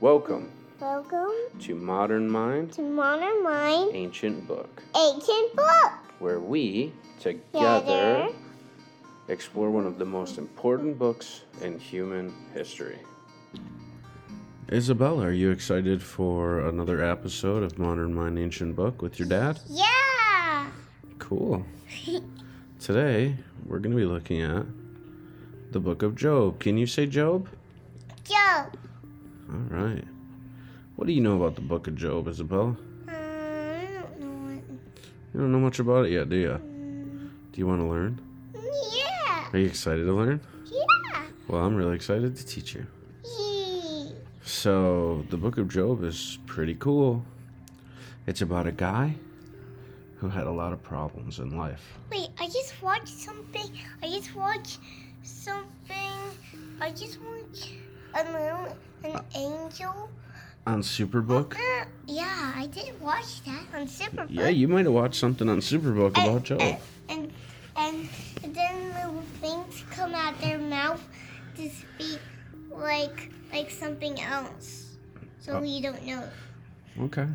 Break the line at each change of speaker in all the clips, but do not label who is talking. Welcome
Welcome
to Modern Mind,
to Modern Mind
Ancient Book,
Ancient Book.
where we together
Together.
explore one of the most important books in human history. Isabella, are you excited for another episode of Modern Mind Ancient Book with your dad?
Yeah.
Cool. Today, we're going to be looking at the book of Job. Can you say Job?
Job.
All right. What do you know about the book of Job, Isabella?
Um, I don't know
You don't know much about it yet, do you? Do you want to learn?
what. Yeah.
Are you excited to learn?
Yeah.
Well, I'm really excited to teach you.
Yee.
So, the book of Job is pretty cool. It's about a guy who had a lot of problems in life.
Wait, I just watched something. I just watched something. I just watched a moon, an angel.
On Superbook?
Uh, yeah, I did watch that on Superbook.
Yeah, you might have watched something on Superbook about Job.
And, Eh, and and then little things come out their mouth to speak like like something else.
Oh.
So we don't know.
Okay.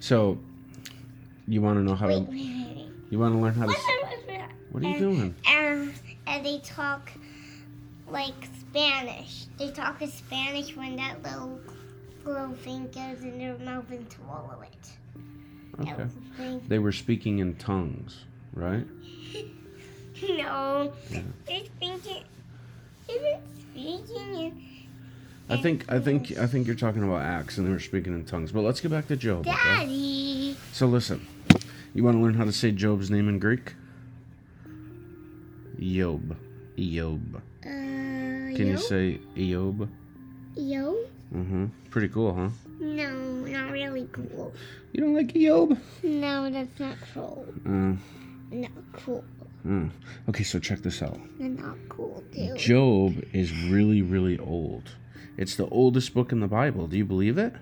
So, you want to know how
Wait,
to.
wait, wait, wait.
You want to learn how to.
Wait,
s-
wait, wait, wait.
Um, What are you
And-
doing?
And, and they talk like Spanish. They talk in Spanish when that little little thing goes in their mouth and swallow it. That
Okay.
little thing.
They were speaking in tongues, right?
No, they're speaking. They're speaking in
I think I think I think you're talking about Acts, and they were speaking in tongues. But let's get back to Job. okay?
Daddy.
So listen, you want to learn how to say Job's name in Greek? Job. Job.
Uh,
Can you say Job?
Yo?
Mm-hmm. Pretty cool, huh?
No, not really cool.
You don't like Job?
No, that's not cool.
Uh,
Not cool.
mm. Okay, so check this out.
Not cool, dude.
Job is really, really old. It's the oldest book in the Bible. Do you believe it?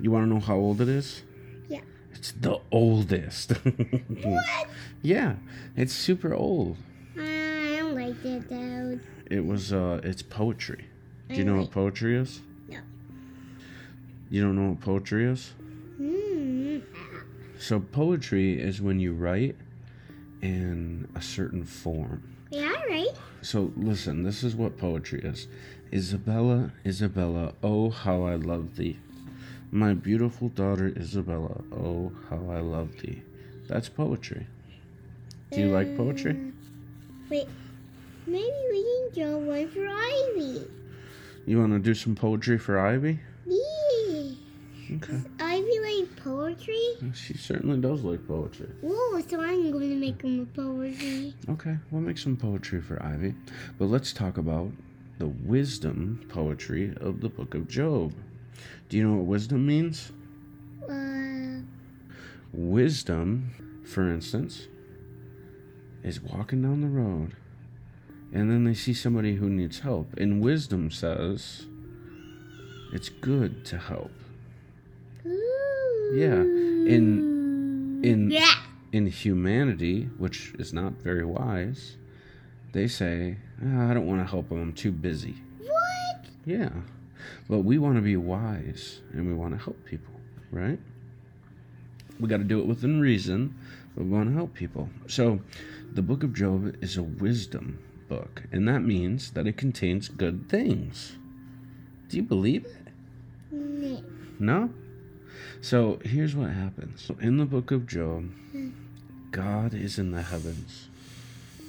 You want to know how old it is?
Yeah.
It's the oldest.
what?
yeah, it's super old.
I don't like that, though.
It was uh it's poetry. Do you know what
Alright.
poetry is?
No.
You don't know what poetry is?
Hmm.
So poetry is when you write in a certain form.
Yeah, alright.
So listen, this is what poetry is. Isabella, Isabella, oh how I love thee. My beautiful daughter Isabella, oh how I love thee. That's poetry. Do you like poetry?
Wait. Maybe we can draw one for Ivy.
You want to do some poetry for Ivy?
Yeah.
Okay.
Ivy like poetry?
She certainly does like poetry.
Whoa, so I'm going to make him a poetry.
Okay, we'll make some poetry for Ivy, but let's talk about the wisdom poetry of the book of Job. Do you know what wisdom means?
Uh,
Wisdom, for instance, is walking down the road and then they see somebody who needs help, and wisdom says it's good to help.
ooh.
Yeah, in- in-
Yeah.
in humanity, which is not very wise, they say, "Ah, I don't want to help them, I'm too busy.
What?
Yeah. But we want to be wise and we want to help people, right? We got to do it within reason, but we want to help people. So the book of Job is a wisdom book, and that means that it contains good things. Do you believe it?
No.
No? So here's what happens. In the book of Job, God is in the heavens.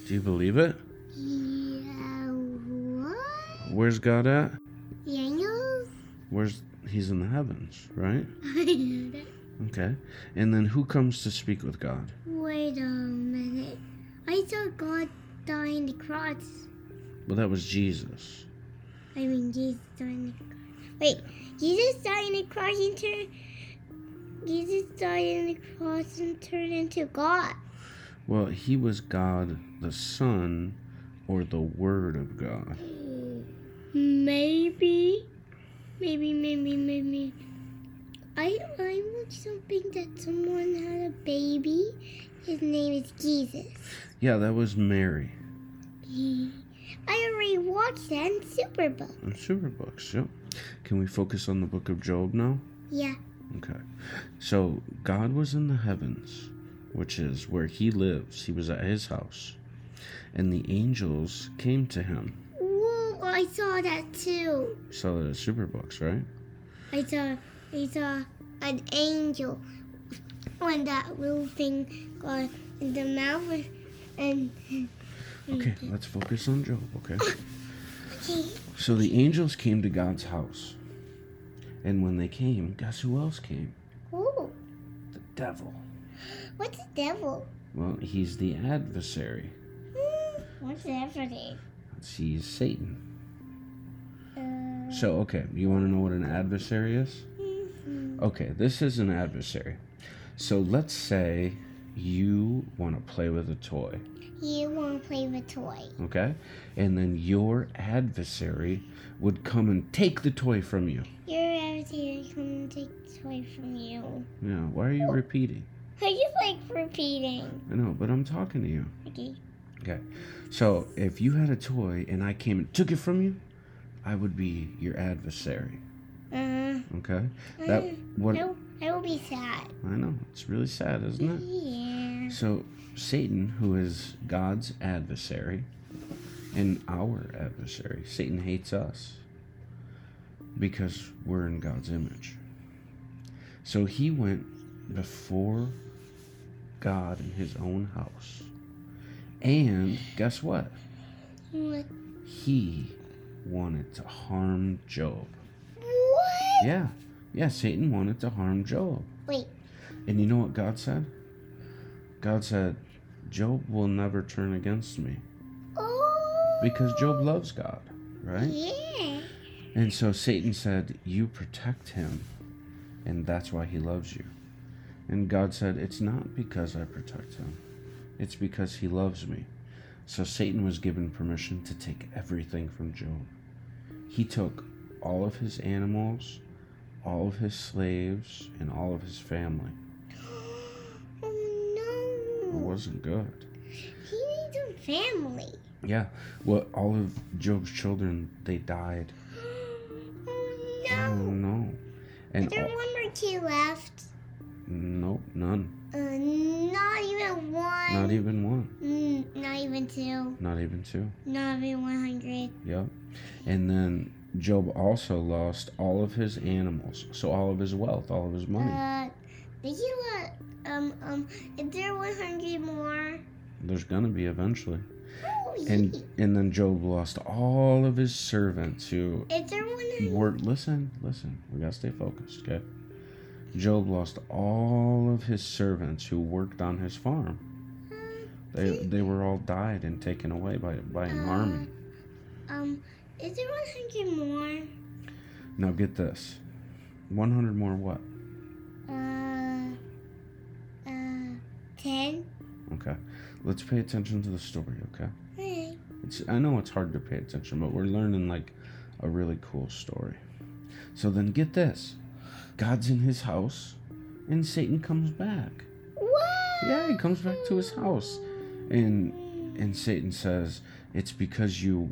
Do you believe it?
Yeah, what?
Where's God at?
The angels?
Where's He's in the heavens, right?
I know that.
Okay. And then who comes to speak with God?
Wait a minute. I saw God die on the cross.
Well, that was Jesus.
I mean, Jesus died on the cross. Wait, Jesus died on the cross and turned. Jesus died on the cross and turned into God.
Well, he was God the Son or the Word of God.
Maybe. Maybe, maybe, maybe. I I watched something that someone had a baby. His name is Jesus.
Yeah, that was Mary
I already watched that in Superbook.
in Superbooks. Yep. Can we focus on the book of Job now?
Yeah.
Okay. So God was in the heavens, which is where he lives. He was at his house. And the angels came to him.
Whoa, I saw that too.
Saw that at Superbooks, right?
I saw, I saw an angel on that little thing got in the mouth and.
Okay, let's focus on Job, okay?
Okay.
So the angels came to God's house. And when they came, guess who else came?
Ooh,
The devil.
what's the devil?
Well, he's the adversary.
Hmm, What's everything?
He's Satan.
Uh,
So, okay, you want to know what an adversary is?
mhm.
Okay, this is an adversary. So let's say you want to play with a toy,
you want to play with toy.
okay? And then your adversary would come and take the toy from you.
Your everything come take toy from you.
Yeah, why are you repeating?
I just like repeating.
I know, but I'm talking to you.
Okay.
So if you had a toy and I came and took it from you, I would be your adversary,
Uh,
okay? That what
I, I will be sad.
I know, it's really sad, isn't it?
Yeah.
So, Satan, who is God's adversary and our adversary, Satan hates us because we're in God's image. So, he went before God in his own house. And guess what?
What?
He wanted to harm Job.
What?
Yeah, yeah, Satan wanted to harm Job.
Wait.
And you know what God said? God said, Job will never turn against me.
Oh.
because Job loves God, right?
Yeah.
And so Satan said, You protect him, and that's why he loves you. And God said, It's not because I protect him, it's because he loves me. So Satan was given permission to take everything from Job. He took all of his animals, all of his slaves, and all of his family.
Oh
It
no.
wasn't good.
He needs a family.
Yeah, well, all of Job's children, they died.
Oh
Oh
no.
no.
Is
And
there
all,
one more kid left?
nope, none.
Uh, not even one.
Not even one.
Mm, not even two.
Not even two.
Not even 100.
Yep. And then Job also lost all of his animals. So all of his wealth, all of his money.
Uh, did you, uh, um, um, is there 100 more?
There's gonna be eventually.
Oh,
And
yeah.
and then Job lost all of his servants who
Is there 100?
were listen, listen, we gotta stay focused, okay? Job lost all of his servants who worked on his farm. They they were all died and taken away by by an army.
Um, is there 100 more?
Now get this. One hundred more what?
Uh, uh, 10?
Okay. Let's pay attention to the story, okay?
Hey.
It's I know it's hard to pay attention, but we're learning like a really cool story. So then get this. God's in his house and Satan comes back.
What?
Yeah, he comes back to his house. And and Satan says, "It's because you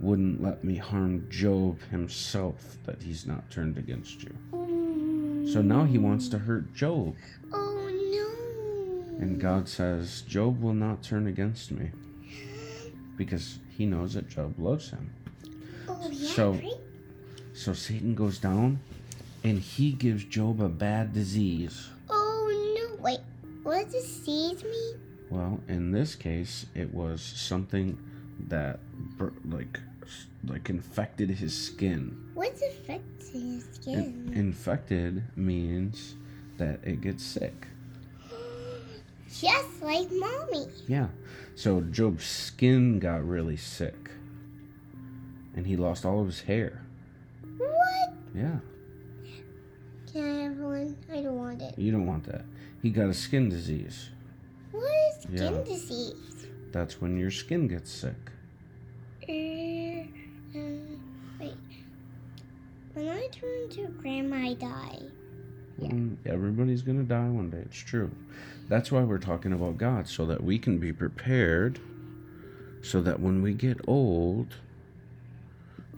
wouldn't let me harm Job himself that he's not turned against you." So now he wants to hurt Job,
Oh no.
and God says, "Job will not turn against me." Because he knows that Job loves him.
Oh yeah.
So-
right?
So Satan goes down and he gives Job a bad disease.
Oh no. Wait. What does seeds mean?
Well, in this case, it was something that bur- like like infected his skin.
What's affecting his
And
skin?
infected means that it gets sick.
Just like mommy.
Yeah. So Job's skin got really sick. And he lost all of his hair.
What?
Yeah.
Can I have one? I don't want it.
You don't want that. He got a skin disease.
What is skin
Yeah.
disease?
That's when your skin gets sick.
Er, um, wait. When I turn to grandma, I die.
Mm, Everybody's going to die one day. It's true. That's why we're talking about God, so that we can be prepared, so that when we get old,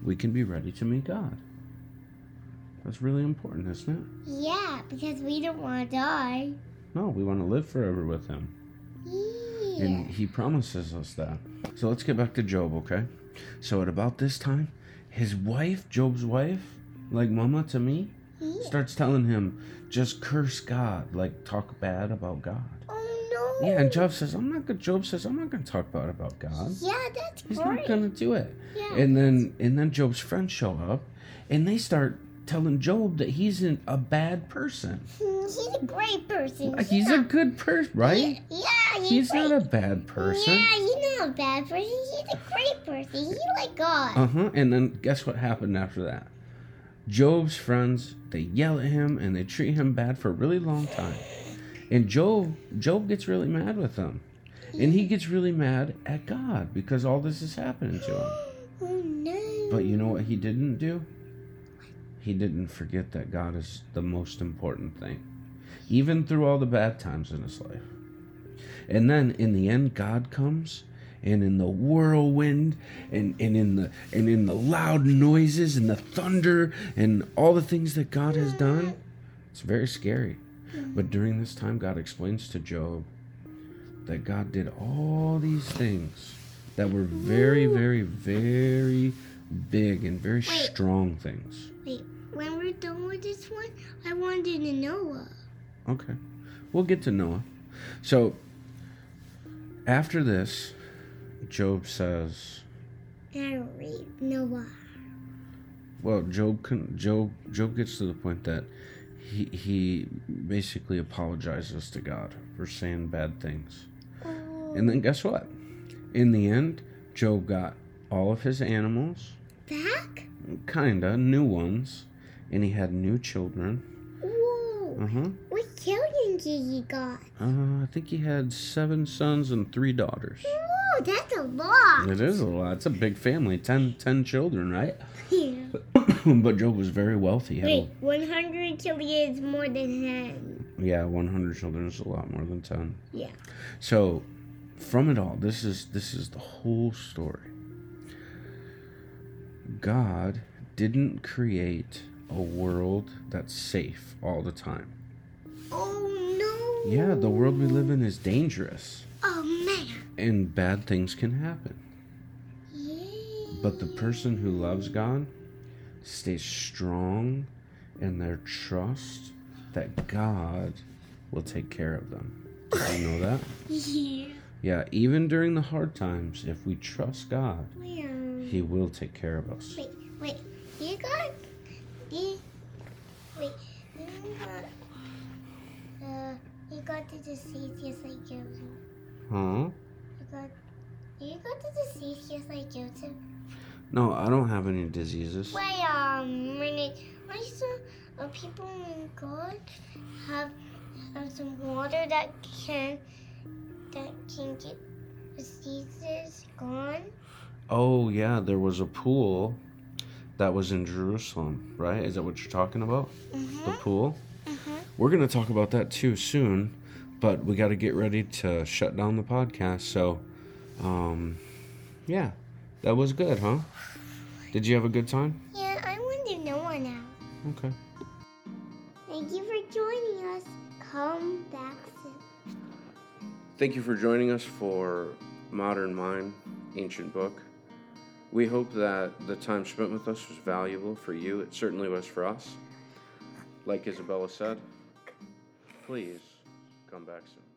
we can be ready to meet God. That's really important, isn't it?
Yeah, because we don't want to die.
No, we want to live forever with him.
Yeah.
And he promises us that. So let's get back to Job, okay? So at about this time, his wife, Job's wife, like mama to me,
yeah.
starts telling him, just curse God, like talk bad about God.
Oh no.
Yeah, and Job says, I'm not gonna Job says, I'm not gonna talk bad about God.
Yeah, that's
He's
great.
not gonna do it.
yeah.
And then and then Job's friends show up and they start telling Job that he's an, a bad person.
Hmm, he's a great person.
He's a
not-
good person, right?
Yeah, he's,
He's
great.
not a bad person.
Yeah, he's not a bad person. He's a great person. He like God.
Uh huh. And then guess what happened after that? Job's friends they yell at him and they treat him bad for a really long time. And Job Job gets really mad with them. And he gets really mad at God because all this is happening to him.
oh no.
But you know what he didn't do? He didn't forget that God is the most important thing, even through all the bad times in his life. And then in the end, God comes. And in the whirlwind, and, and in the and in the loud noises, and the thunder, and all the things that God has done, it's very scary. But during this time, God explains to Job that God did all these things that were very, very, very big and very strong things.
Wait, when we're done with this one, I wanted to know. uh,
Okay. We'll get to Noah. So after this, Job says,
I don't read Noah.
well, Job con- Job Job gets to the point that he he basically apologizes to God for saying bad things.
Oh,
And then guess what? In the end, Job got all of his animals,
back?
kinda new ones, and he had new children.
Whoa.
Uh-huh.
What children did you got?
Uh, I think he had seven sons and three daughters.
Whoa, that's a lot.
It is a lot. It's a big family. Ten, ten children, right?
Yeah.
but Job was very wealthy. Had,
Wait, 100 children is more than 10.
Yeah, 100 children is a lot more than 10.
Yeah.
So, from it all, this is this is the whole story. God didn't create a world that's safe all the time.
Oh no.
Yeah, the world we live in is dangerous
Oh man.
and bad things can happen.
Yeah.
But the person who loves God stays strong in their trust that God will take care of them. Did you know that?
Yeah.
Yeah, even during the hard times, if we trust God,
Wait,
He will take care of us.
wait, wait. You got. You, wait. You got. Uh, you got the disease just like Joseph.
Huh?
You got. You got the disease just like Joseph.
No, I don't have any diseases.
Wait, um, when it. I saw uh, people in God have, have some water that can. that can get diseases gone.
Oh, yeah, there was a pool that was in Jerusalem, right? Is that what you're talking about? The
Mm-hmm.
pool?
Mm-hmm.
We're going to talk about that too soon, but we got to get ready to shut down the podcast. So, um, yeah, that was good, huh? Did you have a good time?
Yeah, I want to know one now.
Okay.
Thank you for joining us. Come back soon.
Thank you for joining us for Modern Mind, Ancient Book. We hope that the time spent with us was valuable for you. It certainly was for us. Like Isabella said, please come back soon.